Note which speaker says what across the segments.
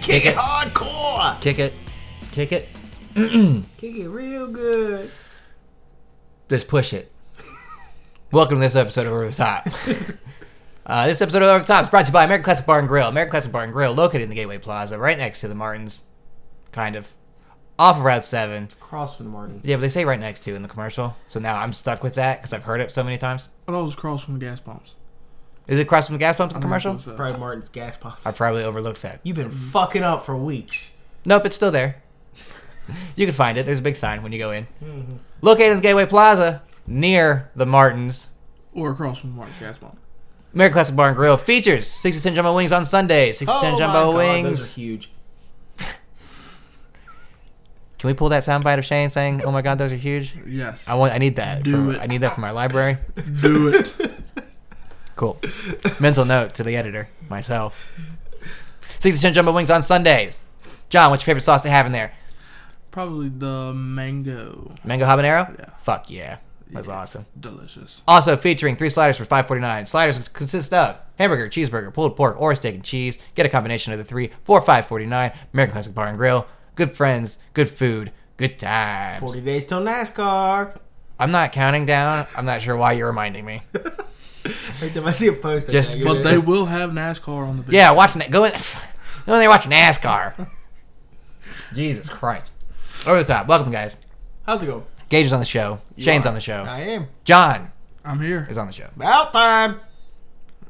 Speaker 1: Kick it.
Speaker 2: hardcore.
Speaker 1: Kick it. Kick it.
Speaker 2: Kick it real good.
Speaker 1: Just push it. Welcome to this episode of Over the Top. uh, this episode of Over the Top is brought to you by American Classic Bar and Grill. American Classic Bar and Grill, located in the Gateway Plaza, right next to the Martins, kind of, off of Route 7.
Speaker 2: Cross from the Martins.
Speaker 1: Yeah, but they say right next to in the commercial. So now I'm stuck with that because I've heard it so many times.
Speaker 3: I thought it was across from the gas pumps.
Speaker 1: Is it across from the gas pumps in the commercial?
Speaker 3: That's what it says.
Speaker 2: Probably Martin's gas pops.
Speaker 1: I probably overlooked that.
Speaker 2: You've been fucking up for weeks.
Speaker 1: Nope, it's still there. you can find it. There's a big sign when you go in. Located in the Gateway Plaza, near the Martins.
Speaker 3: Or across from Mark's gas pump.
Speaker 1: American Classic Bar and Grill features 6 to 10 jumbo wings on Sunday. 6 to 10
Speaker 2: my
Speaker 1: jumbo
Speaker 2: God,
Speaker 1: wings.
Speaker 2: Those are huge.
Speaker 1: Can we pull that soundbite of Shane saying, "Oh my God, those are huge"?
Speaker 3: Yes.
Speaker 1: I want. I need that.
Speaker 3: Do
Speaker 1: for,
Speaker 3: it.
Speaker 1: I need that for my library.
Speaker 3: do it.
Speaker 1: Cool. Mental note to the editor, myself. Six to ten jumbo wings on Sundays. John, what's your favorite sauce to have in there?
Speaker 3: Probably the mango.
Speaker 1: Mango habanero.
Speaker 3: Yeah.
Speaker 1: Fuck yeah, that's awesome.
Speaker 3: Delicious.
Speaker 1: Also featuring three sliders for five forty nine. Sliders consist of hamburger, cheeseburger, pulled pork, or steak and cheese. Get a combination of the three for five forty nine. American Classic Bar and Grill. Good friends, good food, good times.
Speaker 2: Forty days till NASCAR.
Speaker 1: I'm not counting down. I'm not sure why you're reminding me.
Speaker 2: Every time I see a post, I
Speaker 1: Just-
Speaker 2: gotta
Speaker 3: But
Speaker 2: get
Speaker 3: they
Speaker 2: it.
Speaker 3: will have NASCAR on the big
Speaker 1: Yeah, watching that. Go in. Go in there, watch NASCAR. Jesus Christ. Over the top. Welcome, guys.
Speaker 2: How's it going?
Speaker 1: Gage is on the show. Shane's on the show.
Speaker 2: I am
Speaker 1: John
Speaker 3: I'm here.
Speaker 1: is on the show.
Speaker 2: about time.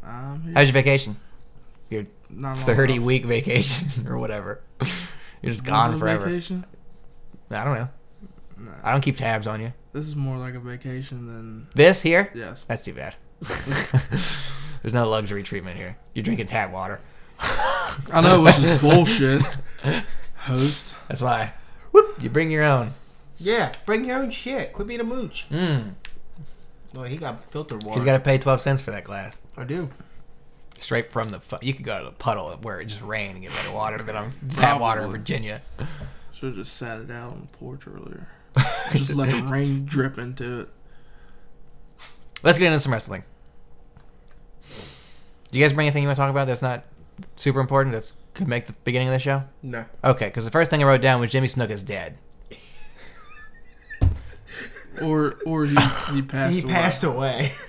Speaker 3: I'm here.
Speaker 1: How's your vacation? Your
Speaker 3: Not long
Speaker 1: 30
Speaker 3: enough.
Speaker 1: week vacation or whatever. You're just
Speaker 3: This is
Speaker 1: gone
Speaker 3: a
Speaker 1: forever.
Speaker 3: Vacation?
Speaker 1: I don't know.
Speaker 3: Nah.
Speaker 1: I don't keep tabs on you.
Speaker 3: This is more like a vacation than
Speaker 1: This here?
Speaker 3: yes.
Speaker 1: That's too bad. There's no luxury treatment here. You're drinking tap water.
Speaker 3: I know, which is bullshit. Host.
Speaker 1: That's why. Whoop! You bring your own.
Speaker 2: Yeah, bring your own shit. Quit being a mooch.
Speaker 1: Mm.
Speaker 2: No, he got filtered water.
Speaker 1: He's got to pay 12 cents for that glass.
Speaker 2: I do.
Speaker 1: straight from the fu- you could go to the puddle where it just rained and get better water than I'm tap water in
Speaker 3: Probably.
Speaker 1: Virginia.
Speaker 3: Should have just sat it out on the porch earlier. Just let the rain drip into it.
Speaker 1: Let's get into some wrestling. Do you guys bring anything you want to talk about that's not super important that's could make the beginning of the show?
Speaker 2: No.
Speaker 1: Okay, because the first thing I wrote down was Jimmy Snook is dead.
Speaker 3: Or or he, he passed
Speaker 2: He
Speaker 3: away.
Speaker 2: passed away.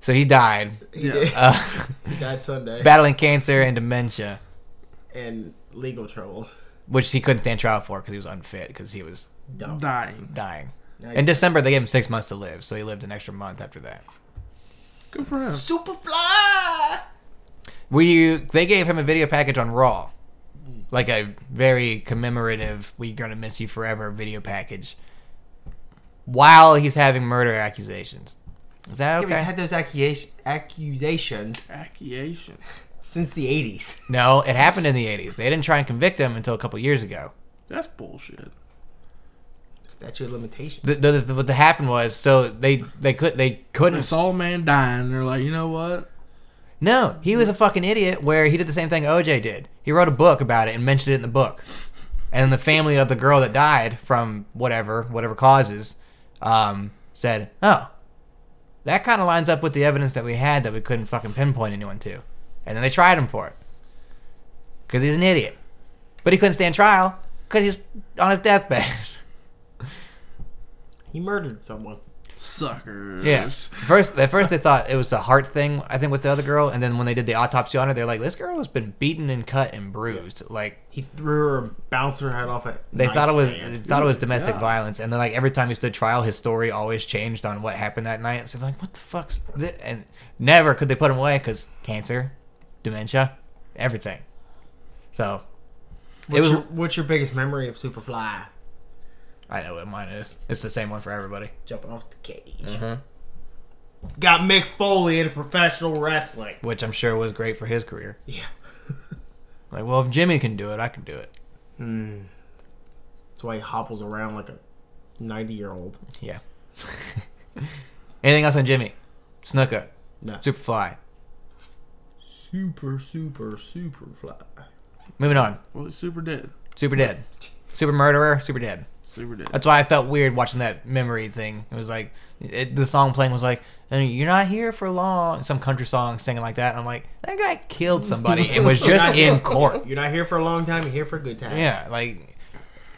Speaker 1: So he died,
Speaker 2: He
Speaker 3: Yeah.
Speaker 2: did.
Speaker 1: uh,
Speaker 2: he died Sunday.
Speaker 1: battling cancer and dementia,
Speaker 2: and legal troubles.
Speaker 1: which he couldn't stand trial for because he was unfit because he was
Speaker 2: Dumb.
Speaker 3: Dying.
Speaker 1: dying.
Speaker 2: Now
Speaker 1: In December, they gave him six months to live, so he lived an extra month after that.
Speaker 3: Good for him.
Speaker 2: Superfly.
Speaker 1: Were you? They gave him a video package on Raw, like a very commemorative "We're gonna miss you forever" video package, while he's having murder accusations. Is that
Speaker 2: Yeah, but
Speaker 1: okay?
Speaker 2: He's had those accusation, accusations
Speaker 3: Accusation.
Speaker 2: since the 80s.
Speaker 1: no, it happened in the '80s. They didn't try and convict him until a couple years ago.
Speaker 3: That's bullshit.
Speaker 2: Statute of limitations.
Speaker 1: The, the, the, what happened was, so they they could they
Speaker 3: They
Speaker 1: couldn't.
Speaker 3: saw a man dying. They're like, you know what?
Speaker 1: No, he was a fucking idiot. Where he did the same thing OJ did. He wrote a book about it and mentioned it in the book. And the family of the girl that died from whatever whatever causes um, said, "Oh, that kind of lines up with the evidence that we had that we couldn't fucking pinpoint anyone to." And then they tried him for it because he's an idiot. But he couldn't stand trial because he's on his deathbed.
Speaker 2: He murdered someone.
Speaker 3: Suckers.
Speaker 1: yeah. First, at first they thought it was a heart thing. I think with the other girl, and then when they did the autopsy on her, they're like, "This girl has been beaten and cut and bruised. Like
Speaker 2: He threw her and bounced her head off a
Speaker 1: They thought it was they
Speaker 2: nightstand.
Speaker 1: thought it was domestic
Speaker 3: God.
Speaker 1: violence, and then like every time he stood trial, his story always changed on what happened that night. So like, what the fuck's thi-" And never could they put him away because cancer, dementia, everything. So
Speaker 2: What's,
Speaker 1: it was.
Speaker 2: your, what's your biggest memory of Superfly?
Speaker 1: I know what mine is. It's the same one for everybody.
Speaker 2: Jumping off the cage.
Speaker 1: Mm-hmm.
Speaker 2: Got Mick Foley into professional wrestling.
Speaker 1: Which I'm sure was great for his career.
Speaker 2: Yeah.
Speaker 1: Like, well, if Jimmy can do it, I can do it.
Speaker 2: That's why he hopples around like a 90 year old.
Speaker 1: Yeah. Anything else on Jimmy? Snooker,
Speaker 2: No.
Speaker 1: Superfly.
Speaker 2: Super, super, super fly.
Speaker 1: Moving on.
Speaker 3: Well, he's super dead.
Speaker 1: Super dead. Super murderer. Super dead.
Speaker 3: Super dead.
Speaker 1: That's why I felt weird watching that memory thing. It was like it, the song playing was like, "And "You're not here for long." Some country song singing like that. And I'm like, that guy killed somebody and was just in court.
Speaker 2: You're not here for a long time. You're here for a good time.
Speaker 1: Yeah, like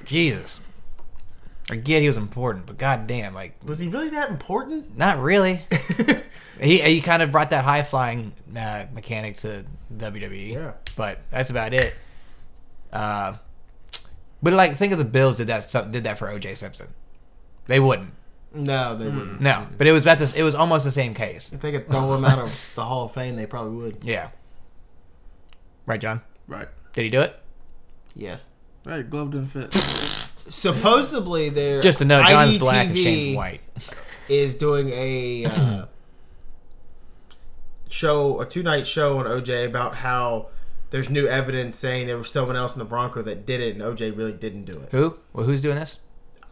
Speaker 1: Jesus. I get he was important, but goddamn, like
Speaker 2: Was he really that important?
Speaker 1: not really. he he kind of brought that high flying uh, mechanic to WWE.
Speaker 2: Yeah.
Speaker 1: but that's about it. Uh, but like, think of the Bills did that stuff- did that for OJ Simpson. They wouldn't.
Speaker 2: no, they wouldn't.
Speaker 1: No, but it was about this. It was almost the same case.
Speaker 2: If they could throw him out of the Hall of Fame, they probably would.
Speaker 1: Yeah. Right, John.
Speaker 3: Right.
Speaker 1: Did he do it?
Speaker 2: Yes.
Speaker 3: Right. Glove didn't fit.
Speaker 2: Supposedly, there
Speaker 1: Just to know, John's
Speaker 2: IDTV
Speaker 1: black and Shane's white.
Speaker 2: is doing a uh, show, a two night show on OJ about how there's new evidence saying there was someone else in the Bronco that did it, and OJ really didn't do it.
Speaker 1: Who? Well, who's doing this?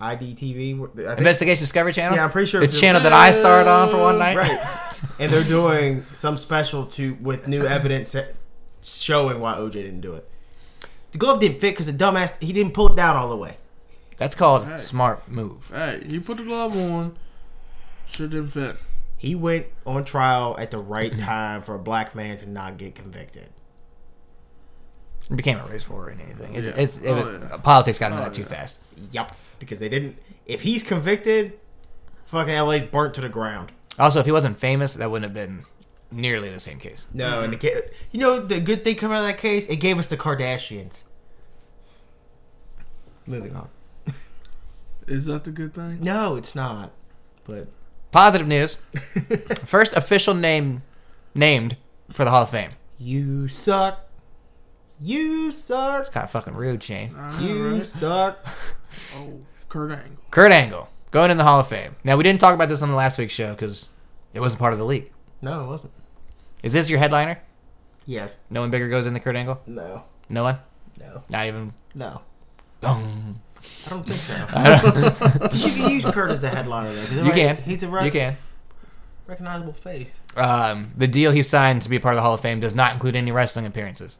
Speaker 2: IDTV, I think,
Speaker 1: Investigation Discovery Channel.
Speaker 2: Yeah, I'm pretty sure
Speaker 1: the
Speaker 2: it's-
Speaker 1: channel that I starred on for one night.
Speaker 2: right? and they're doing some special to with new evidence that- showing why OJ didn't do it. The glove didn't fit because the dumbass he didn't pull it down all the way.
Speaker 1: That's called
Speaker 3: Right.
Speaker 1: smart move.
Speaker 3: Right. He put the glove on. Sure didn't fit.
Speaker 2: He went on trial at the right time for a black man to not get convicted.
Speaker 1: It became a race war and anything. It,
Speaker 3: Yeah.
Speaker 1: It's it,
Speaker 3: Oh, yeah.
Speaker 1: politics got into
Speaker 3: Oh,
Speaker 1: that too
Speaker 3: yeah.
Speaker 1: fast.
Speaker 2: Yup, because they didn't. If he's convicted, fucking LA's burnt to the ground.
Speaker 1: Also, if he wasn't famous, that wouldn't have been nearly the same case.
Speaker 2: No, and it ga- you know the good thing coming out of that case, it gave us the Kardashians. Moving on.
Speaker 3: Is that the good thing?
Speaker 2: No, it's not. But
Speaker 1: Positive news. First official name named for the Hall of Fame.
Speaker 2: you suck. You suck.
Speaker 1: Kind of fucking rude, Shane.
Speaker 3: I know,
Speaker 2: You
Speaker 3: right?
Speaker 2: suck.
Speaker 3: Oh, Kurt Angle.
Speaker 1: Kurt Angle going in the Hall of Fame. Now we didn't talk about this on the last week's show because it wasn't part of the league.
Speaker 2: No, it wasn't.
Speaker 1: Is this your headliner?
Speaker 2: Yes.
Speaker 1: No one bigger goes in than Kurt Angle.
Speaker 2: No.
Speaker 1: No one.
Speaker 2: No.
Speaker 1: Not even.
Speaker 2: No.
Speaker 1: Dong.
Speaker 2: I don't think so. you can use Kurt as a headliner though. 'cause
Speaker 1: You
Speaker 2: right-
Speaker 1: can.
Speaker 2: He's a
Speaker 1: You
Speaker 2: rec-
Speaker 1: can.
Speaker 2: recognizable face.
Speaker 1: Um, the deal he signed to be a part of the Hall of Fame does not include any wrestling appearances.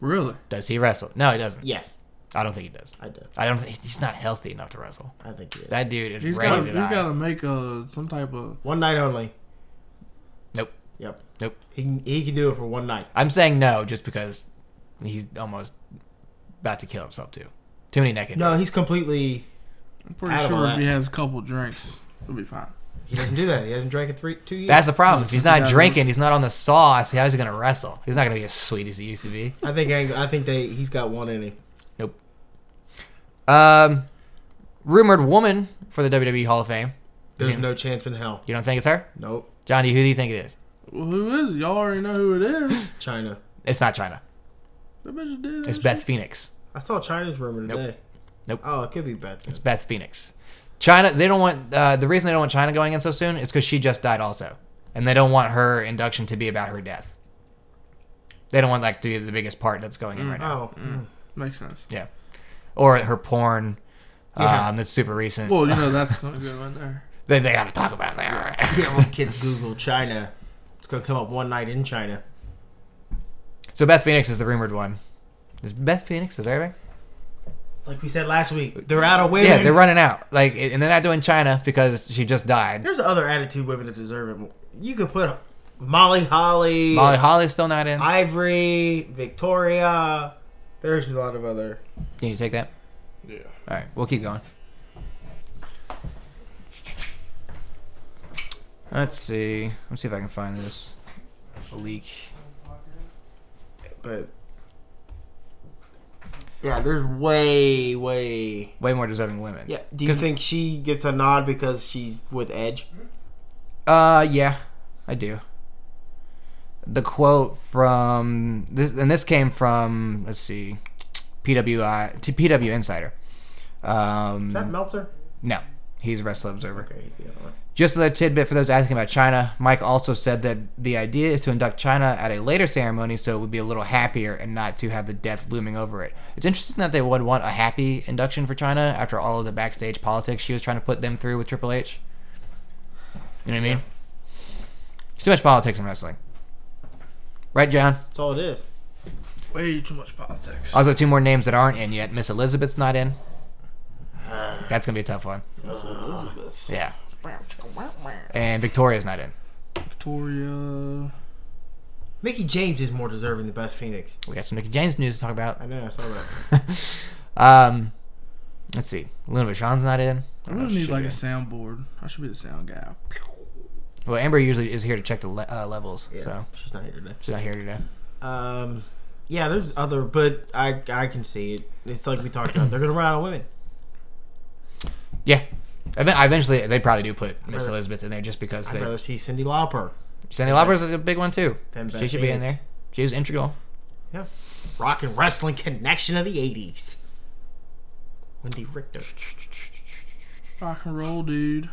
Speaker 3: Really?
Speaker 1: Does he wrestle? No, he doesn't.
Speaker 2: Yes,
Speaker 1: I don't think he does.
Speaker 2: I do.
Speaker 1: I don't. think He's not healthy enough to wrestle.
Speaker 2: I think he is.
Speaker 1: That dude is
Speaker 3: He's
Speaker 1: ready
Speaker 3: got.
Speaker 1: to
Speaker 3: He's
Speaker 1: die.
Speaker 3: got to make uh some type of.
Speaker 2: One night only.
Speaker 1: Nope.
Speaker 2: Yep.
Speaker 1: Nope.
Speaker 2: He can, he can do it for one night.
Speaker 1: I'm saying no just because he's almost about to kill himself too. Too many neck injuries.
Speaker 2: No, he's completely.
Speaker 3: I'm pretty
Speaker 2: Out of
Speaker 3: sure if
Speaker 2: line.
Speaker 3: he has a couple drinks, he'll be fine.
Speaker 2: He doesn't do that. He hasn't drank in three two years.
Speaker 1: That's the problem. If he's
Speaker 3: He's
Speaker 1: not
Speaker 3: gotta-
Speaker 1: drinking, he's not on the sauce. How's he gonna wrestle? He's not gonna be as sweet as he used to be.
Speaker 2: I think Ang- I think they he's got one in him.
Speaker 1: Nope. Um, rumored woman for the WWE Hall of Fame.
Speaker 2: There's
Speaker 1: Yeah.
Speaker 2: no chance in hell.
Speaker 1: You don't think it's her,
Speaker 2: Nope.
Speaker 1: Johnny? Who do you think it is?
Speaker 3: Well, who is? it? Y'all already know who it is.
Speaker 2: China.
Speaker 1: It's not China.
Speaker 3: That bitch did. that
Speaker 1: It's
Speaker 3: shit.
Speaker 1: Beth Phoenix.
Speaker 2: I saw China's rumor
Speaker 1: Nope.
Speaker 2: today.
Speaker 1: Nope.
Speaker 2: Oh, it could be Beth. then.
Speaker 1: It's Beth Phoenix. China. They don't want uh, the reason they don't want China going in so soon is because she just died also, and they don't want her induction to be about her death. They don't want like to be the biggest part that's going in right now.
Speaker 2: Oh, mm.
Speaker 3: Makes sense.
Speaker 1: Yeah, or her porn.
Speaker 2: Yeah.
Speaker 1: Um, that's super recent.
Speaker 3: Well, you know that's gonna go in there.
Speaker 1: they, they got to talk about that.
Speaker 2: yeah. When kids Google China, it's gonna come up one night in China.
Speaker 1: so Beth Phoenix is the rumored one. Is Beth Phoenix is there? Everybody?
Speaker 2: It's like we said last week, they're out of women.
Speaker 1: Yeah, they're running out. Like, and they're not doing China because she just died.
Speaker 2: There's other attitude women that deserve it. more. You could put Molly Holly,
Speaker 1: Molly Holly's still not in.
Speaker 2: Ivory, Victoria. There's a lot of other.
Speaker 1: Can you take that?
Speaker 3: Yeah.
Speaker 1: All right, we'll keep going. Let's see. Let's see if I can find this leak.
Speaker 2: but yeah, there's way, way.
Speaker 1: Way more deserving women.
Speaker 2: Yeah. Do you think she gets a nod because she's with Edge?
Speaker 1: Uh, yeah, I do. The quote from this, and this came from let's see, PWI to PW Insider. Um,
Speaker 2: Is that Meltzer?
Speaker 1: no, he's a Wrestling Observer.
Speaker 2: Okay, he's the other one.
Speaker 1: Just another tidbit for those asking about China. Mike also said that the idea is to induct China at a later ceremony, so it would be a little happier and not to have the death looming over it. It's interesting that they would want a happy induction for China after all of the backstage politics she was trying to put them through with Triple H. You know what I mean? There's too much politics in wrestling, right, John?
Speaker 2: That's all it is.
Speaker 3: Way too much politics.
Speaker 1: Also, two more names that aren't in yet. Miss Elizabeth's not in. That's gonna be a tough one.
Speaker 3: That's
Speaker 2: Uh,
Speaker 3: Elizabeth.
Speaker 1: Yeah. And Victoria's not in.
Speaker 3: Victoria.
Speaker 2: Mickey James is more deserving the best Phoenix.
Speaker 1: We got some Mickey James news to talk about.
Speaker 2: I know, I saw that.
Speaker 1: Um, let's see. Luna Vachon's not in.
Speaker 3: I
Speaker 1: don't know if
Speaker 3: really
Speaker 1: she
Speaker 3: need
Speaker 1: should
Speaker 3: like
Speaker 1: be.
Speaker 3: a soundboard. I should be the sound guy.
Speaker 1: Well, Amber usually is here to check the le- uh, levels,
Speaker 2: Yeah,
Speaker 1: so
Speaker 2: she's not here today.
Speaker 1: she's not here today.
Speaker 2: Um, yeah, there's other, but I I can see it. It's like we talked about. They're gonna run out of women.
Speaker 1: Yeah. Ev- Eventually, they probably do put Miss
Speaker 2: rather-
Speaker 1: Elizabeth in there just because
Speaker 2: I'd
Speaker 1: they.
Speaker 2: rather see Cindy Lauper,
Speaker 1: Sandy Lauper's is a big one too.
Speaker 2: Then
Speaker 1: She
Speaker 2: Beth
Speaker 1: should be in
Speaker 2: Phoenix.
Speaker 1: there. She was integral.
Speaker 2: rock and wrestling connection of the '80s. Wendy Richter.
Speaker 3: Rock and roll, dude.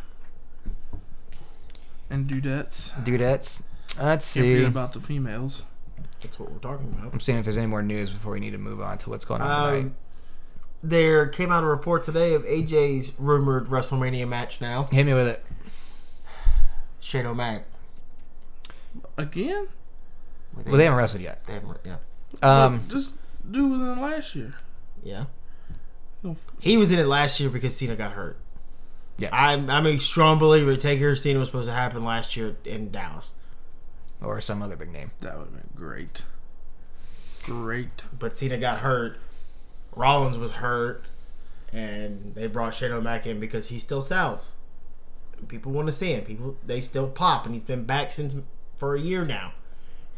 Speaker 3: And dudettes.
Speaker 1: Dudettes. Let's
Speaker 3: Can't
Speaker 1: see.
Speaker 3: forget about the females.
Speaker 2: That's what we're talking about.
Speaker 1: I'm seeing if there's any more news before we need to move on to what's going on tonight.
Speaker 2: Um, there came out a report today of AJ's rumored WrestleMania match now.
Speaker 1: Hit me with it.
Speaker 2: Shane O'Mac.
Speaker 3: Again?
Speaker 2: With
Speaker 1: Well, they haven't wrestled yet.
Speaker 2: they haven't- yeah.
Speaker 1: Um,
Speaker 3: Just do it than last year.
Speaker 2: Yeah.
Speaker 3: You know,
Speaker 2: He was in it last year because Cena got hurt.
Speaker 1: Yeah.
Speaker 2: I'm, I'm a strong believer Taker Cena was supposed to happen last year in Dallas,
Speaker 1: or some other big name.
Speaker 3: That would have been great. Great.
Speaker 2: but Cena got hurt. Rollins was hurt, and they brought Shane O'Mac in because he still sells. People want to see him. People they still pop, and he's been back since for a year now.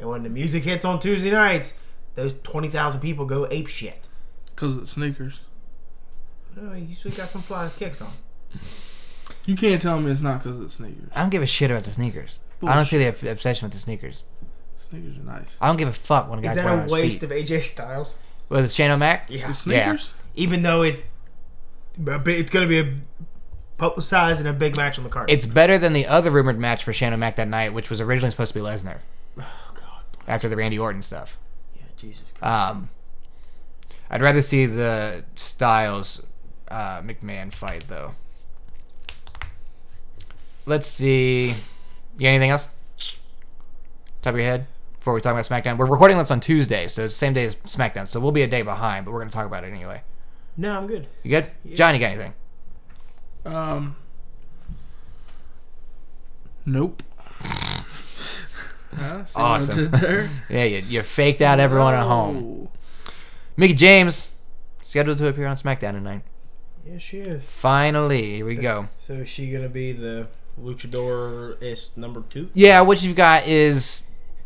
Speaker 2: And when the music hits on Tuesday nights, those twenty thousand people go ape shit.
Speaker 3: Because of the sneakers.
Speaker 2: Oh, you still got some fly kicks on.
Speaker 3: You can't tell me it's not because of the sneakers.
Speaker 1: I don't give a shit about the sneakers. I don't see the ob- obsession with the sneakers.
Speaker 3: Sneakers are nice.
Speaker 1: I don't give a fuck when a
Speaker 2: Is
Speaker 1: guy's wearing
Speaker 2: that
Speaker 1: his
Speaker 2: a waste
Speaker 1: feet.
Speaker 2: of AJ Styles?
Speaker 1: Whether it's Shane O'Mac?
Speaker 2: Yeah.
Speaker 3: The sneakers?
Speaker 2: even though it, a bit- it's going to be a publicized and a big match on the card.
Speaker 1: It's better than the other rumored match for Shane O'Mac that night, which was originally supposed to be Lesnar
Speaker 2: oh God,
Speaker 1: after the Randy Orton stuff.
Speaker 2: yeah, Jesus.
Speaker 1: Um, I'd rather see the Styles uh, McMahon fight though. Let's see. You got anything else? Top of your head before we talk about SmackDown. We're recording this on Tuesday, so it's the same day as SmackDown, so we'll be a day behind, but we're gonna talk about it anyway.
Speaker 2: No, I'm good.
Speaker 1: You good? John, you got anything?
Speaker 3: Um. Nope. Huh? See what I
Speaker 1: Awesome.
Speaker 3: did there?
Speaker 1: Yeah, you, you faked out everyone at home.
Speaker 3: Oh.
Speaker 1: Mickey James scheduled to appear on SmackDown tonight.
Speaker 2: Yeah, she is.
Speaker 1: Finally, here we go.
Speaker 2: So is she going to be the luchador is number two?
Speaker 1: Yeah, what you've got is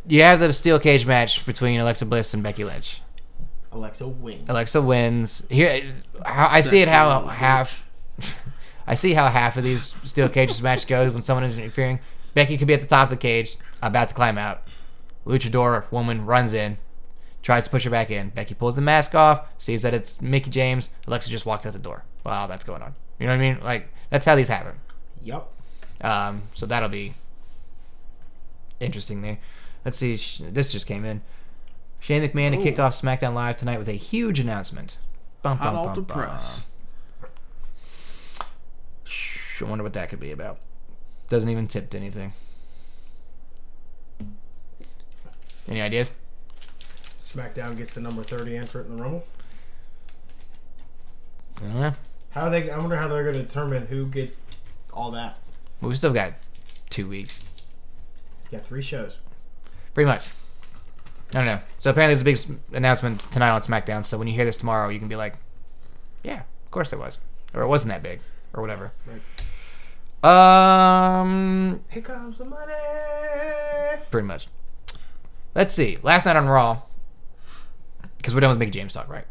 Speaker 1: you have the steel cage match between Alexa Bliss and Becky Lynch.
Speaker 2: Alexa wins.
Speaker 1: Alexa wins. Here, how, I see it how half. I see how half of these steel cages match goes when someone is interfering. Becky could be at the top of the cage, about to climb out. Luchador woman runs in, tries to push her back in. Becky pulls the mask off, sees that it's Mickey James. Alexa just walks out the door. Wow, that's going on. You know what I mean? Like that's how these happen.
Speaker 2: Yep.
Speaker 1: Um, so that'll be interesting there. Let's see. sh- This just came in. Shane McMahon to kick
Speaker 3: Ooh.
Speaker 1: off SmackDown Live tonight with a huge announcement. Bum,
Speaker 3: Hot
Speaker 1: bum,
Speaker 3: off
Speaker 1: bum,
Speaker 3: the
Speaker 1: bum.
Speaker 3: press.
Speaker 1: Shh, I wonder what that could be about. Doesn't even tip to anything. Any ideas?
Speaker 2: SmackDown gets the number thirty entrant in the Rumble.
Speaker 1: I don't know.
Speaker 2: How they? I wonder how they're going to determine who get all that.
Speaker 1: But we still got two weeks,
Speaker 2: Yeah, three shows.
Speaker 1: pretty much. I don't know. So apparently, there's a big s- announcement tonight on SmackDown. So when you hear this tomorrow, you can be like, "Yeah, of course there was," or "It wasn't that big," or whatever.
Speaker 2: Right.
Speaker 1: Um,
Speaker 2: Here comes the money.
Speaker 1: pretty much. Let's see. Last night on Raw, because we're done with Mickey James talk, right?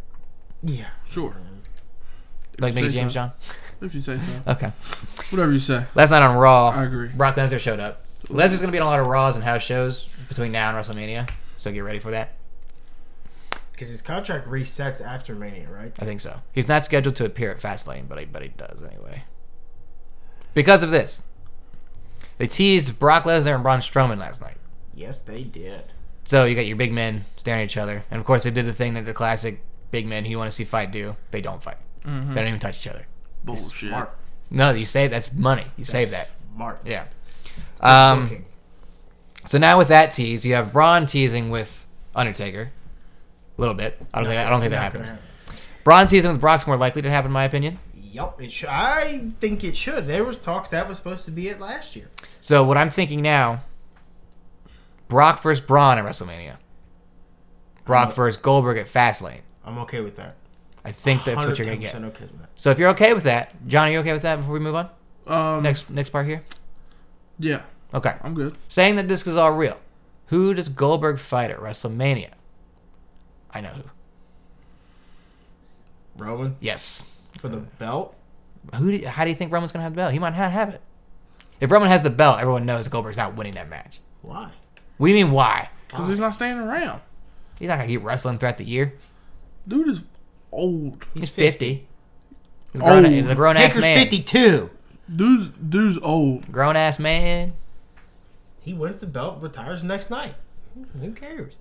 Speaker 2: Yeah.
Speaker 3: Sure.
Speaker 1: Like
Speaker 3: Say
Speaker 1: Mickey James,
Speaker 3: something.
Speaker 1: John.
Speaker 3: If you say so.
Speaker 1: Okay.
Speaker 3: Whatever you say.
Speaker 1: Last night on Raw,
Speaker 3: I agree.
Speaker 1: Brock Lesnar showed up. Lesnar's gonna be on a lot of Raws and house shows between now and WrestleMania, so get ready for that.
Speaker 2: Because his contract resets after Mania, right?
Speaker 1: I think so. He's not scheduled to appear at Fastlane, but he but he does anyway. Because of this, they teased Brock Lesnar and Braun Strowman last night.
Speaker 2: Yes, they did.
Speaker 1: So you got your big men staring at each other, and of course they did the thing that the classic big men who you want to see fight do. They don't fight. They don't even touch each other.
Speaker 3: Bullshit.
Speaker 2: Mark.
Speaker 1: No, you save that's money. You save that.
Speaker 2: Mark.
Speaker 1: Yeah. Um, so now with that tease, you have Braun teasing with Undertaker, a little bit. I don't think I don't think that happens. Braun teasing with Brock's more likely to happen, in my opinion.
Speaker 2: Yup, it should. I think it should. There was talks that was supposed to be it last year.
Speaker 1: So what I'm thinking now, Brock versus Braun at WrestleMania. Brock versus Goldberg at Fastlane.
Speaker 2: I'm okay with that.
Speaker 1: I think that's what you're gonna get.
Speaker 2: 110% Okay with that.
Speaker 1: So if you're okay with that, John, are you okay with that before we move on?
Speaker 3: Um,
Speaker 1: Next next part here.
Speaker 3: Yeah,
Speaker 1: Okay.
Speaker 3: I'm good.
Speaker 1: Saying that this is all real. Who does Goldberg fight at WrestleMania? I know who.
Speaker 2: Roman
Speaker 1: Yes.
Speaker 2: for the belt.
Speaker 1: Who? Do, how do you think Roman's gonna have the belt? He might not have it. If Roman has the belt, everyone knows Goldberg's not winning that match.
Speaker 2: Why?
Speaker 1: What do you mean? Why?
Speaker 3: Because he's not staying around.
Speaker 1: He's not gonna keep wrestling throughout the year.
Speaker 3: Dude is old.
Speaker 1: He's fifty. He's a
Speaker 2: Oh,
Speaker 1: grown,
Speaker 3: Old.
Speaker 1: he's a grown ass
Speaker 2: Taker's
Speaker 1: man.
Speaker 2: 52.
Speaker 3: Dude's dude's old.
Speaker 1: Grown ass man.
Speaker 2: He wins the belt, retires the next night. Who cares?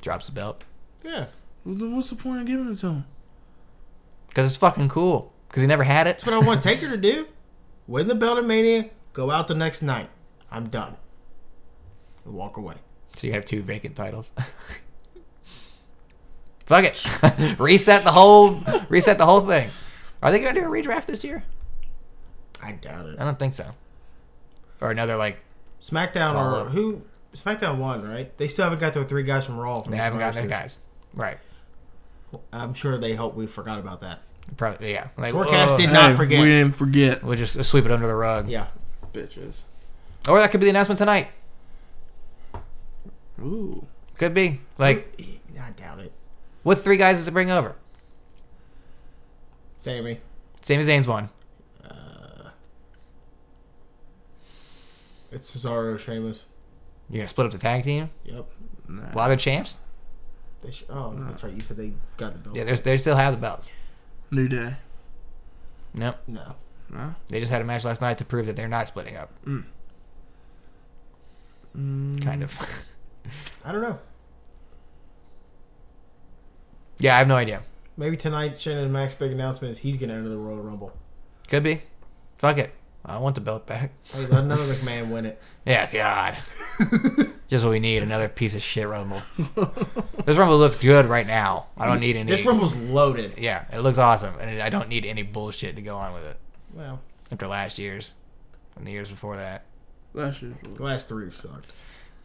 Speaker 1: Drops the belt
Speaker 2: Yeah.
Speaker 3: Well, then What's the point of giving it to him?
Speaker 1: because it's fucking cool. Because he never had it.
Speaker 2: That's what I want Taker to do. Win the belt at Mania, go out the next night. I'm done. And walk away.
Speaker 1: So you have two vacant titles. Fuck it. reset the whole reset the whole thing. Are they gonna do a redraft this year?
Speaker 2: I doubt it.
Speaker 1: I don't think so. Or another like
Speaker 2: SmackDown
Speaker 1: Call
Speaker 2: or
Speaker 1: up.
Speaker 2: who? SmackDown won, right? They still haven't got their three guys from Raw. From
Speaker 1: they haven't
Speaker 2: last
Speaker 1: got those
Speaker 2: year.
Speaker 1: guys. Right.
Speaker 2: I'm sure they hope we forgot about that.
Speaker 1: Probably yeah. Like
Speaker 2: Forecast
Speaker 1: oh,
Speaker 2: did not forget.
Speaker 3: We didn't forget.
Speaker 1: We'll just sweep it under the rug.
Speaker 2: Yeah.
Speaker 3: Bitches.
Speaker 1: Or that could be the announcement tonight.
Speaker 3: Ooh.
Speaker 1: Could be. Like
Speaker 2: I doubt it.
Speaker 1: what three guys does it bring over?
Speaker 2: Sammy. Uh,
Speaker 1: Sami Zayn's one.
Speaker 2: It's Cesaro, Sheamus.
Speaker 1: You're gonna split up the tag team?
Speaker 2: Yep.
Speaker 3: Nah.
Speaker 1: While they're champs?
Speaker 2: They sh- oh, that's right. You said they got the belt.
Speaker 1: Yeah, there's they still have the belts.
Speaker 3: New day.
Speaker 1: Nope.
Speaker 2: no.
Speaker 3: Nah.
Speaker 1: They just had a match last night to prove that they're not splitting up.
Speaker 3: Mm,
Speaker 1: Kind of.
Speaker 2: I don't know.
Speaker 1: yeah, I have no idea.
Speaker 2: Maybe tonight, Shannon and Max big announcement is he's going to enter the Royal Rumble.
Speaker 1: Could be. Fuck it. I want the belt back.
Speaker 2: Hey, let another McMahon win it.
Speaker 1: Yeah, God. Just what we need. Another piece of shit rumble. this rumble looks good right now. I don't need any.
Speaker 2: This Rumble's loaded.
Speaker 1: yeah, it looks awesome, and it, I don't need any bullshit to go on with it.
Speaker 2: Well,
Speaker 1: After last year's, and the years before that.
Speaker 3: that shit. was-
Speaker 2: the last three have sucked.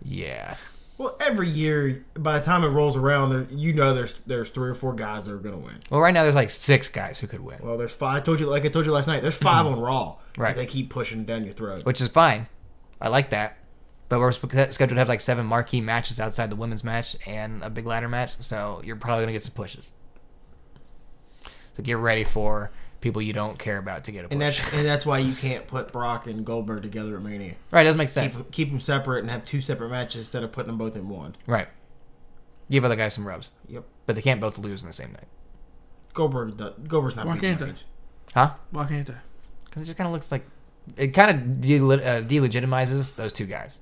Speaker 1: Yeah.
Speaker 2: Well, every year, by the time it rolls around, there you know there's there's three or four guys that are going to win.
Speaker 1: Well, right now there's like six guys who could win,
Speaker 2: Well, there's five. I told you, like I told you last night, there's five on Raw.
Speaker 1: Mm-hmm. Right.
Speaker 2: They keep pushing down your throat.
Speaker 1: which is fine. I like that. But we're sp- scheduled to have like seven marquee matches outside the women's match and a big ladder match, so you're probably gonna get some pushes. So get ready for people you don't care about to get a push.
Speaker 2: And that's and that's why you can't put Brock and Goldberg together at Mania.
Speaker 1: Right, doesn't make sense.
Speaker 2: Keep, keep them separate and have two separate matches instead of putting them both in one.
Speaker 1: Right. Give other guys some rubs.
Speaker 2: Yep.
Speaker 1: But they can't both lose on the same night.
Speaker 2: Goldberg do- Goldberg's not.
Speaker 3: Why
Speaker 2: big
Speaker 3: can't
Speaker 2: Mania.
Speaker 1: Huh?
Speaker 3: Why can't they?
Speaker 1: Because it just kind of looks like. It kind of de- uh, delegitimizes those two guys.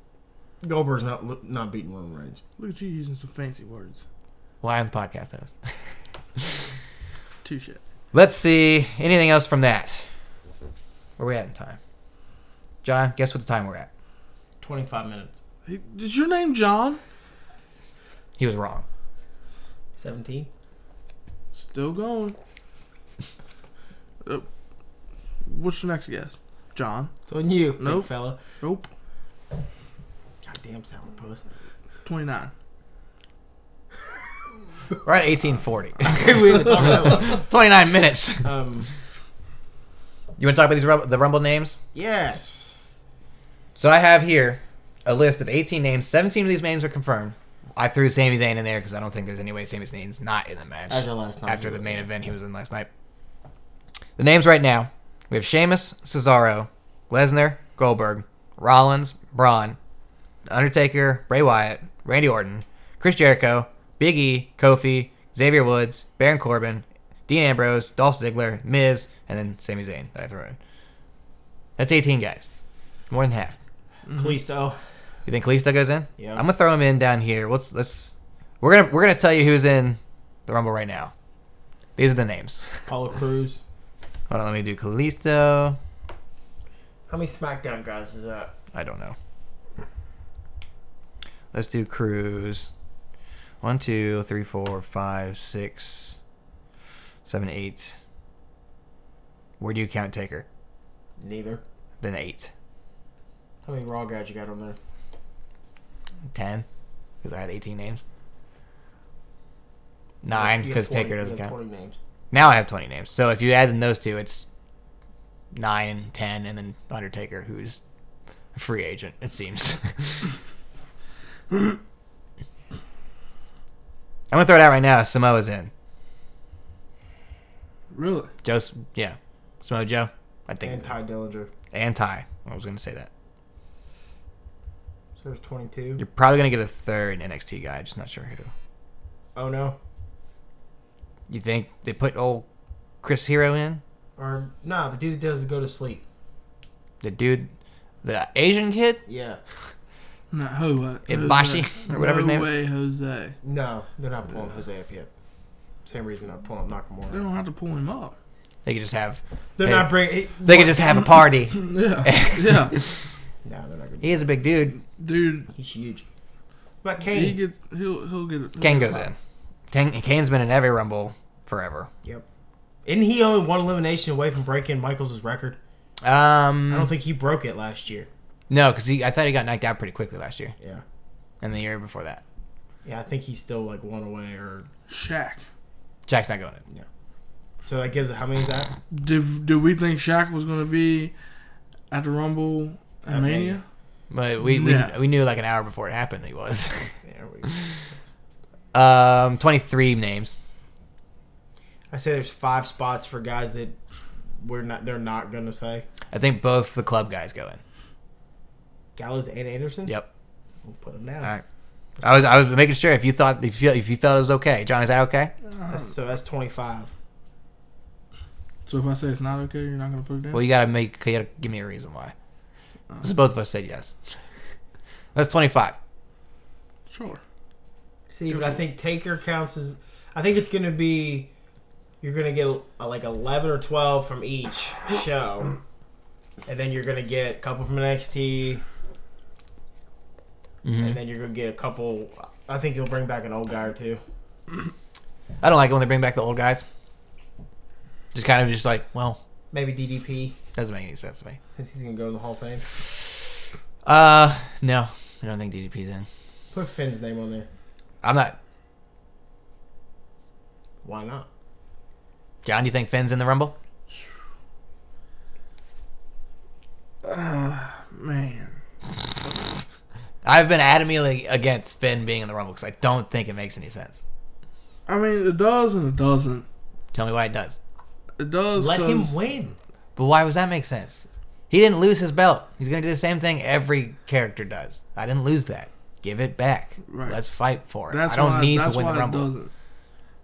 Speaker 2: Goldberg's not lo- not beating Roman Reigns.
Speaker 3: Look at you using some fancy words.
Speaker 1: Why I'm a podcast host.
Speaker 3: Two shit.
Speaker 1: Let's see. Anything else from that? Where we at in time? John, guess what the time we're at?
Speaker 2: Twenty five minutes.
Speaker 3: Hey, is your name John?
Speaker 1: He was wrong.
Speaker 2: Seventeen.
Speaker 3: Still going. Uh, what's your next guess? John.
Speaker 2: It's on you, big
Speaker 3: Nope.
Speaker 2: fella.
Speaker 3: Nope.
Speaker 2: Goddamn sourpuss.
Speaker 3: 29.
Speaker 1: We're at 1840.
Speaker 2: we haven't talked that long.
Speaker 1: 29 minutes.
Speaker 2: Um.
Speaker 1: You want to talk about these rum- the Rumble names?
Speaker 2: Yes.
Speaker 1: So I have here a list of 18 names. 17 of these names are confirmed. I threw Sami Zayn in there because I don't think there's any way Sami Zayn's not in the match.
Speaker 2: After last night.
Speaker 1: After the main event he was in last night. The names right now we have Sheamus, Cesaro, Lesnar, Goldberg, Rollins, Braun, The Undertaker, Bray Wyatt, Randy Orton, Chris Jericho, Big E, Kofi, Xavier Woods, Baron Corbin, Dean Ambrose, Dolph Ziggler, Miz, and then Sami Zayn that I throw in. That's 18 guys. More than half.
Speaker 3: Mm-hmm.
Speaker 2: Mm-hmm. Kalisto.
Speaker 1: You think Kalisto goes in?
Speaker 2: Yeah.
Speaker 1: I'm gonna throw him in down here. Let's let's we're gonna we're gonna tell you who's in the rumble right now. These are the names.
Speaker 2: Apollo Cruz.
Speaker 1: Hold on, let me do Kalisto.
Speaker 2: How many SmackDown guys is that?
Speaker 1: I don't know. Let's do Cruz. One, two, three, four, five, six, seven, eight, Where do you count Taker?
Speaker 2: Neither.
Speaker 1: Then eight,
Speaker 2: How many Raw guys you got on there?
Speaker 1: ten, because I had eighteen names. Nine,
Speaker 2: You have
Speaker 1: because
Speaker 2: 20
Speaker 1: Taker
Speaker 2: you
Speaker 1: doesn't
Speaker 2: have
Speaker 1: count.
Speaker 2: 20 names.
Speaker 1: Now I have 20 names. So if you add in those two, it's 9, 10, and then Undertaker, who's a free agent, it seems. I'm going to throw it out right now. Samoa's in.
Speaker 3: Really?
Speaker 1: Joe's, yeah. Samoa Joe, I think.
Speaker 2: And Ty Dillinger.
Speaker 1: And Ty. I was going to say that.
Speaker 2: So there's 22.
Speaker 1: You're probably going to get a third NXT guy. Just not sure who.
Speaker 2: Oh no.
Speaker 1: You think they put old Chris Hero in?
Speaker 2: Or nah, the dude that doesn't go to sleep.
Speaker 1: The dude, the Asian kid?
Speaker 2: Yeah.
Speaker 3: Not Ho. what?
Speaker 1: Ibashi,
Speaker 3: uh, Jose.
Speaker 1: or whatever his
Speaker 3: no
Speaker 1: name is.
Speaker 3: way, Jose.
Speaker 2: No, they're not pulling Jose up yet. Same reason they're pulling
Speaker 3: They
Speaker 2: Nakamura.
Speaker 3: don't have to pull him up.
Speaker 1: They could just have.
Speaker 2: They're
Speaker 1: Hey.
Speaker 2: not bringing.
Speaker 1: They could just have a party.
Speaker 3: Yeah. yeah.
Speaker 2: No, they're not going. to
Speaker 1: He is a big dude.
Speaker 3: Dude,
Speaker 2: He's huge. But
Speaker 3: he
Speaker 2: Kane.
Speaker 3: get he'll he'll get it.
Speaker 1: Kane goes in. Kane, Kane's been in every Rumble forever.
Speaker 2: Yep. Isn't he only one elimination away from breaking Michaels' record?
Speaker 1: Um,
Speaker 2: I don't think he broke it last year.
Speaker 1: no, because I thought he got knocked out pretty quickly last year
Speaker 2: Yeah.
Speaker 1: and the year before that.
Speaker 2: Yeah, I think he's still like one away, or
Speaker 3: Shaq.
Speaker 1: Jack's not going in.
Speaker 2: so that gives it how many is that?
Speaker 3: Did did we think Shaq was gonna be at the Rumble
Speaker 2: At
Speaker 3: at
Speaker 2: Mania.
Speaker 3: Mania?
Speaker 1: But we we,
Speaker 3: Yeah.
Speaker 1: we knew like an hour before it happened that he was.
Speaker 2: There we
Speaker 1: um, twenty three names.
Speaker 2: I say there's five spots for guys that we're not. They're not gonna say
Speaker 1: I think both the club guys go in.
Speaker 2: Gallows and Anderson.
Speaker 1: Yep.
Speaker 2: We'll put them down.
Speaker 1: All right. I was I was making sure if you thought if you if you felt it was okay, John, is that okay?
Speaker 2: That's, so that's 25.
Speaker 3: Uh, So if I say it's not okay, you're not gonna put it down.
Speaker 1: Well, you gotta make you gotta give me a reason why. So both of us said yes. That's twenty five.
Speaker 3: sure.
Speaker 2: See, but I think Taker counts as. I think it's gonna be. You're gonna get uh, like 11 or 12 from each show, and then you're gonna get a couple from NXT,
Speaker 1: Mm-hmm.
Speaker 2: and then you're gonna get a couple. I think you'll bring back an old guy or two.
Speaker 1: I don't like it when they bring back the old guys. Just kind of just like, well,
Speaker 2: Maybe DDP
Speaker 1: doesn't make any sense to me.
Speaker 2: since he's gonna go in the Hall of Fame.
Speaker 1: Uh, no, I don't think DDP's in.
Speaker 2: Put Finn's name on there.
Speaker 1: I'm not.
Speaker 2: Why not?
Speaker 1: John, do you think Finn's in the Rumble?
Speaker 3: Uh, man.
Speaker 1: I've been adamantly against Finn being in the Rumble because I don't think it makes any sense.
Speaker 3: I mean, it does and it doesn't.
Speaker 1: Tell me why it does.
Speaker 3: It does.
Speaker 2: Let him
Speaker 3: 'cause-
Speaker 2: win.
Speaker 1: But why does that make sense? He didn't lose his belt. He's gonna do the same thing every character does. I didn't lose that. Give it back.
Speaker 3: Right.
Speaker 1: Let's fight for it.
Speaker 3: That's
Speaker 1: I don't
Speaker 3: why,
Speaker 1: need to
Speaker 3: that's
Speaker 1: win
Speaker 3: why
Speaker 1: the Rumble.
Speaker 3: It doesn't.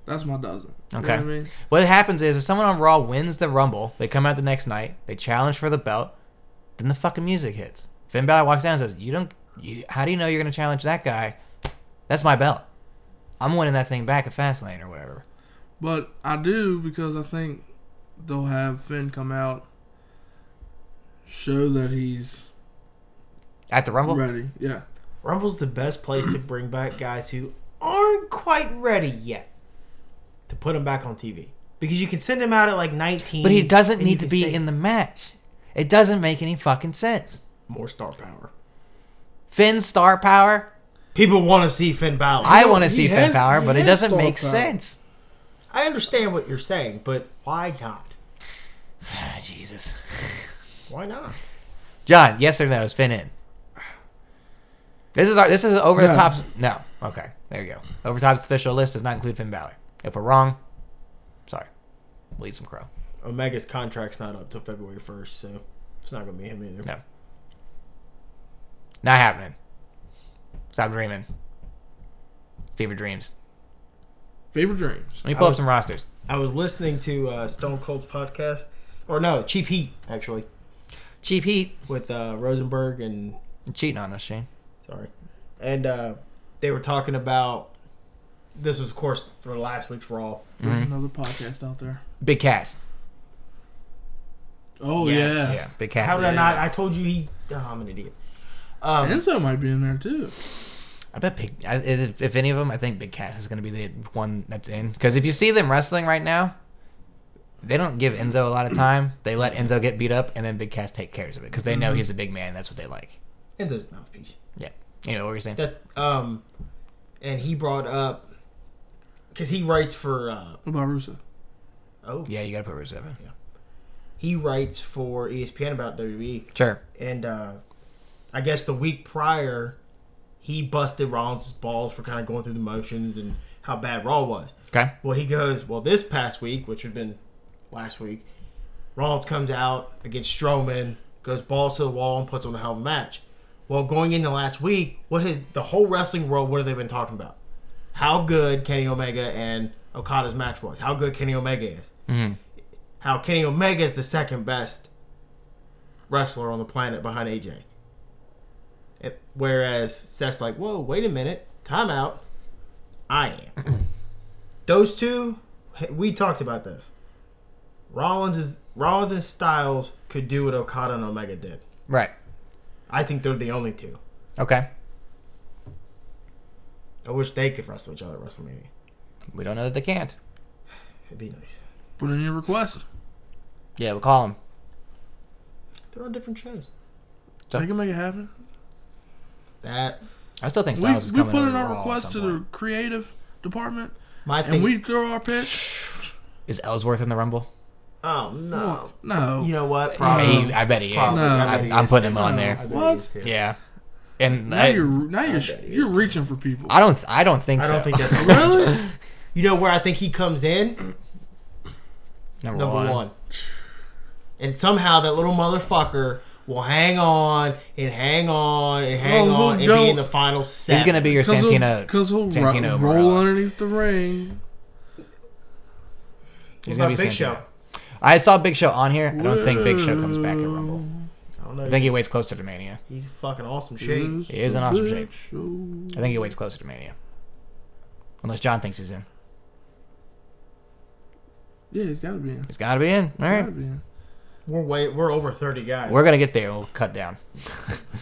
Speaker 3: That's my doesn't. You know
Speaker 1: Okay.
Speaker 3: what I mean?
Speaker 1: What happens is if someone on Raw wins the Rumble, they come out the next night, they challenge for the belt, then the fucking music hits. Finn Balor walks down and says, "You don't. You, how do you know you're gonna challenge that guy? That's my belt. I'm winning that thing back at Fastlane or whatever."
Speaker 3: But I do because I think they'll have Finn come out, show that he's
Speaker 1: At the Rumble,
Speaker 3: ready. Yeah.
Speaker 2: Rumble's the best place to bring back guys who aren't quite ready yet to put them back on TV because you can send him out at like 19.
Speaker 1: but he doesn't need to be
Speaker 2: in
Speaker 1: in the match. It doesn't make any fucking sense.
Speaker 2: more star power.
Speaker 1: Finn's star power.
Speaker 2: People want to see Finn Balor. I,
Speaker 1: I
Speaker 3: know,
Speaker 1: want to
Speaker 3: he
Speaker 1: see Finn
Speaker 3: has-
Speaker 1: Balor,
Speaker 3: he
Speaker 1: but it
Speaker 3: has
Speaker 1: doesn't
Speaker 3: star
Speaker 1: make
Speaker 3: power.
Speaker 1: sense.
Speaker 2: understand what you're saying, but why not?
Speaker 1: Ah, Jesus.
Speaker 2: Why not?
Speaker 1: John, yes or no? Is Finn in? This is our. This is over the
Speaker 3: No.
Speaker 1: top's. No. Okay. There you go. Over the top's official list does not include Finn Balor. If we're wrong, sorry. We'll eat some crow.
Speaker 2: Omega's contract's not up till February 1st, so it's not going to be him either.
Speaker 1: No. Not happening. Stop dreaming. Fever dreams.
Speaker 3: Favorite dreams.
Speaker 1: Let me pull
Speaker 2: I
Speaker 1: up
Speaker 2: was-
Speaker 1: some rosters.
Speaker 2: I was listening to uh, Stone Cold's podcast, or no, Cheap Heat actually,
Speaker 1: Cheap heat.
Speaker 2: with uh, Rosenberg and
Speaker 1: You're cheating on us, Shane.
Speaker 2: sorry, and uh, they were talking about this was of course for last week's Raw.
Speaker 3: There's
Speaker 1: Mm-hmm.
Speaker 3: Another podcast out there.
Speaker 1: Big cast.
Speaker 3: Oh
Speaker 2: Yes.
Speaker 1: Yeah. Big cast.
Speaker 2: How did I not? I told you he's. Oh, I'm an idiot.
Speaker 3: yeah.
Speaker 2: Um,
Speaker 3: Enzo might be in there too.
Speaker 1: I bet Big. I, it is, if any of them, I think Big Cass is going to be the one that's in. Because if you see them wrestling right now, they don't give Enzo a lot of time. They let Enzo get beat up, and then Big Cass take cares of it because they know he's a big man. That's what they like.
Speaker 2: Enzo's a mouthpiece.
Speaker 1: Yeah, you know what you're saying.
Speaker 2: That um, and he brought up because he writes for uh,
Speaker 3: What about Russo?
Speaker 2: oh
Speaker 1: Yeah, you gotta put Rusev in.
Speaker 2: he writes for E ESPN about WWE
Speaker 1: Sure.
Speaker 2: and uh, I guess the week prior he busted Rollins' balls for kind of going through the motions and how bad Raw was.
Speaker 1: Okay.
Speaker 2: Well, he goes, well, this past week, which would have been last week, Rollins comes out against Strowman, goes balls to the wall, and puts on a hell of a match. Well, going into last week, what has the whole wrestling world, what have they been talking about? How good Kenny Omega and Okada's match was. How good Kenny Omega is.
Speaker 1: Mm-hmm.
Speaker 2: How Kenny Omega is the second best wrestler on the planet behind AJ. It, whereas Seth's like, whoa, wait a minute, time out. I am those two we talked about this rollins is rollins and styles could do what okada and omega did
Speaker 1: Right.
Speaker 2: i think they're the only two
Speaker 1: Okay.
Speaker 2: i wish they could wrestle each other at wrestlemania
Speaker 1: We don't know that they can't.
Speaker 2: it'd be nice
Speaker 3: Put in your request.
Speaker 1: Yeah, we'll call him.
Speaker 2: they're on different shows
Speaker 1: So-
Speaker 3: They can make it happen.
Speaker 2: that
Speaker 1: I still think
Speaker 3: We,
Speaker 1: Styles is
Speaker 3: we
Speaker 1: coming.
Speaker 3: put
Speaker 1: over
Speaker 3: in our
Speaker 1: Raw at
Speaker 3: request to
Speaker 1: some
Speaker 3: the
Speaker 1: point.
Speaker 3: creative department,
Speaker 2: my thing
Speaker 3: and we throw our pitch.
Speaker 1: Is Ellsworth in the Rumble?
Speaker 2: oh no
Speaker 3: Well, no.
Speaker 2: you know what
Speaker 1: He- I bet he is.
Speaker 2: Probably.
Speaker 3: No.
Speaker 2: I bet he
Speaker 1: I'm- I'm
Speaker 2: is
Speaker 1: putting
Speaker 2: too.
Speaker 1: him on
Speaker 2: I
Speaker 1: there.
Speaker 2: bet he
Speaker 3: What?
Speaker 2: is too.
Speaker 1: Yeah. And
Speaker 3: now
Speaker 1: I,
Speaker 3: you're now you're
Speaker 2: bet he
Speaker 3: you're
Speaker 2: is.
Speaker 3: reaching for people.
Speaker 1: I don't. I don't think
Speaker 2: i
Speaker 1: so.
Speaker 2: don't think that's
Speaker 3: really?
Speaker 2: you know where i think he comes in
Speaker 1: number,
Speaker 2: number
Speaker 1: one.
Speaker 2: one and somehow that little motherfucker will hang on and hang on and hang
Speaker 3: Well,
Speaker 2: on and
Speaker 3: no.
Speaker 2: be in the final set
Speaker 1: He's gonna be your
Speaker 3: Because
Speaker 1: Santino.
Speaker 3: because he'll, ro-
Speaker 1: Santino
Speaker 3: roll
Speaker 1: Marella.
Speaker 3: underneath the ring.
Speaker 2: What
Speaker 1: He's gonna be
Speaker 2: about Big Show?
Speaker 1: Santino. I saw Big Show on here. I don't think Big Show comes back at Rumble.
Speaker 2: I don't know.
Speaker 1: I think he waits closer to Mania.
Speaker 2: He's fucking awesome shape.
Speaker 1: He is an awesome shape.
Speaker 3: shape.
Speaker 1: I think he waits closer to Mania. Unless John thinks he's in.
Speaker 3: Yeah, he's got to be in.
Speaker 1: He's got to be in. All
Speaker 3: Got to
Speaker 1: right.
Speaker 3: be in.
Speaker 2: We're way we're over thirty guys.
Speaker 1: We're going to get there. We'll cut down.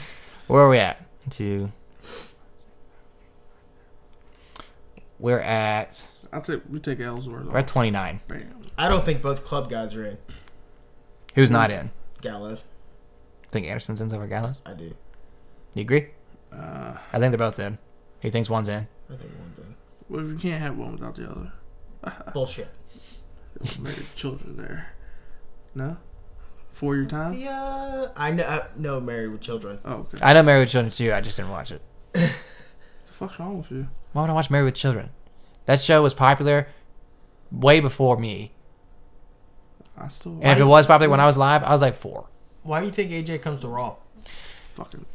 Speaker 1: Where are we at? Two. We're at
Speaker 3: I'll take we take Ellsworth.
Speaker 1: we're at 29.
Speaker 3: Bam.
Speaker 2: I don't think both club guys are in.
Speaker 1: Who's not in?
Speaker 2: Gallows,
Speaker 1: Think Anderson's in over Gallows?
Speaker 2: I do.
Speaker 1: You agree?
Speaker 3: Uh,
Speaker 1: I think they're both in. He thinks one's in.
Speaker 2: I think one's in.
Speaker 3: well, if you can't have one without the other,
Speaker 2: Bullshit.
Speaker 3: you'll marry children there. No, for your time.
Speaker 2: Yeah, I know. I know Married with Children.
Speaker 3: Oh, okay. What
Speaker 1: I know Married with Children too. I just didn't watch it.
Speaker 3: the fuck's wrong with you?
Speaker 1: Why would I watch Married with Children? That show was popular way before me.
Speaker 3: I still
Speaker 1: And if it was popular when I was live, I was like four.
Speaker 2: Why do you think AJ comes to Raw?
Speaker 3: fucking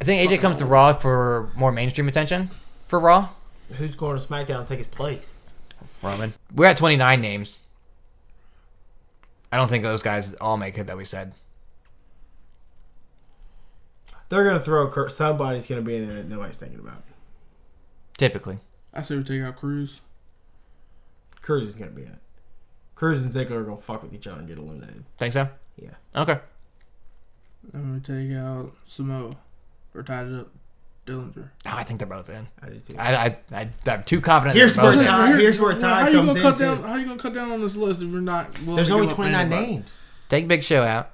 Speaker 1: I think AJ comes to Raw for more mainstream attention for Raw.
Speaker 2: Who's going to SmackDown to take his place?
Speaker 1: Roman. We're at 29 names. I don't think those guys all make it that we said.
Speaker 2: They're gonna throw. a cur- Somebody's gonna be in it. Nobody's thinking about.
Speaker 1: Typically.
Speaker 3: I say we take out Cruz.
Speaker 2: Cruz is gonna be in it. Cruz and Ziggler are gonna fuck with each other and get eliminated.
Speaker 1: Think so?
Speaker 2: Yeah.
Speaker 1: Okay.
Speaker 3: And we take out Samoa or tied it up. Dillinger.
Speaker 1: No, I think they're both in.
Speaker 2: I do too.
Speaker 1: I, I, I, I'm too confident.
Speaker 2: Here's
Speaker 1: they're both
Speaker 2: where
Speaker 1: in.
Speaker 2: Ty- here's where Ty
Speaker 3: how you
Speaker 2: comes
Speaker 3: gonna
Speaker 2: in,
Speaker 3: Cut
Speaker 2: too.
Speaker 3: down, how you gonna cut down on this list if you're not? willing
Speaker 2: There's
Speaker 3: to
Speaker 2: only
Speaker 3: give up
Speaker 2: twenty nine
Speaker 3: anybody?
Speaker 2: names.
Speaker 1: Take Big Show out.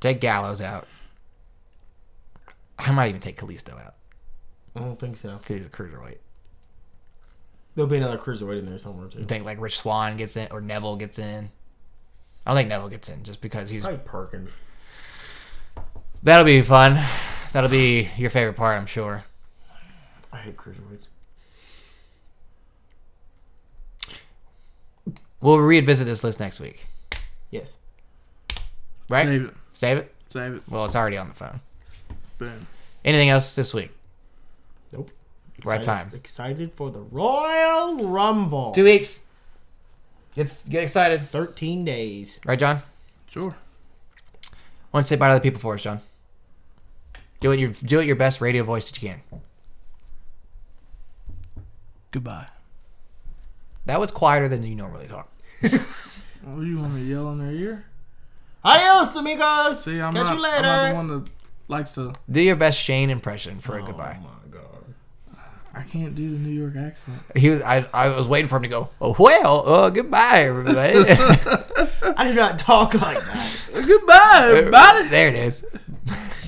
Speaker 1: take Gallows out. I might even take Kalisto out
Speaker 2: I don't think so.
Speaker 1: because he's a cruiserweight.
Speaker 2: There'll be another cruiserweight in there somewhere too.
Speaker 1: I think like Rich Swan gets in or Neville gets in. I don't think Neville gets in just because he's.
Speaker 2: Probably Perkins.
Speaker 1: That'll be fun. That'll be your favorite part, I'm sure.
Speaker 2: I hate cruiserweights.
Speaker 1: We'll revisit this list next week,
Speaker 2: Yes.
Speaker 1: right?
Speaker 3: Save it.
Speaker 1: Save it.
Speaker 3: Save it.
Speaker 1: Well, it's already on the phone.
Speaker 3: Boom.
Speaker 1: Anything else this week?
Speaker 2: Nope.
Speaker 1: Right
Speaker 2: Excited-
Speaker 1: time.
Speaker 2: Excited for the Royal Rumble.
Speaker 1: Two weeks. It's get excited,
Speaker 2: 13 days.
Speaker 1: right, John?
Speaker 3: Sure.
Speaker 1: Why don't you say bye to the people for us, John? Do it your do it your best radio voice that you can.
Speaker 3: Goodbye.
Speaker 1: That was quieter than you normally talk.
Speaker 3: Oh, you want me to yell in their ear?
Speaker 2: Adios, amigos.
Speaker 3: See, I'm
Speaker 2: Catch
Speaker 3: not.
Speaker 2: you
Speaker 3: I'm
Speaker 2: later.
Speaker 3: not the one that likes to.
Speaker 1: Do your best Shane impression for a
Speaker 2: Oh
Speaker 1: goodbye.
Speaker 2: my god.
Speaker 3: I can't do the New York accent.
Speaker 1: He was. I, I was waiting for him to go. Oh, well, uh, goodbye, everybody.
Speaker 2: I do not talk like that.
Speaker 3: Goodbye, everybody.
Speaker 1: there it is.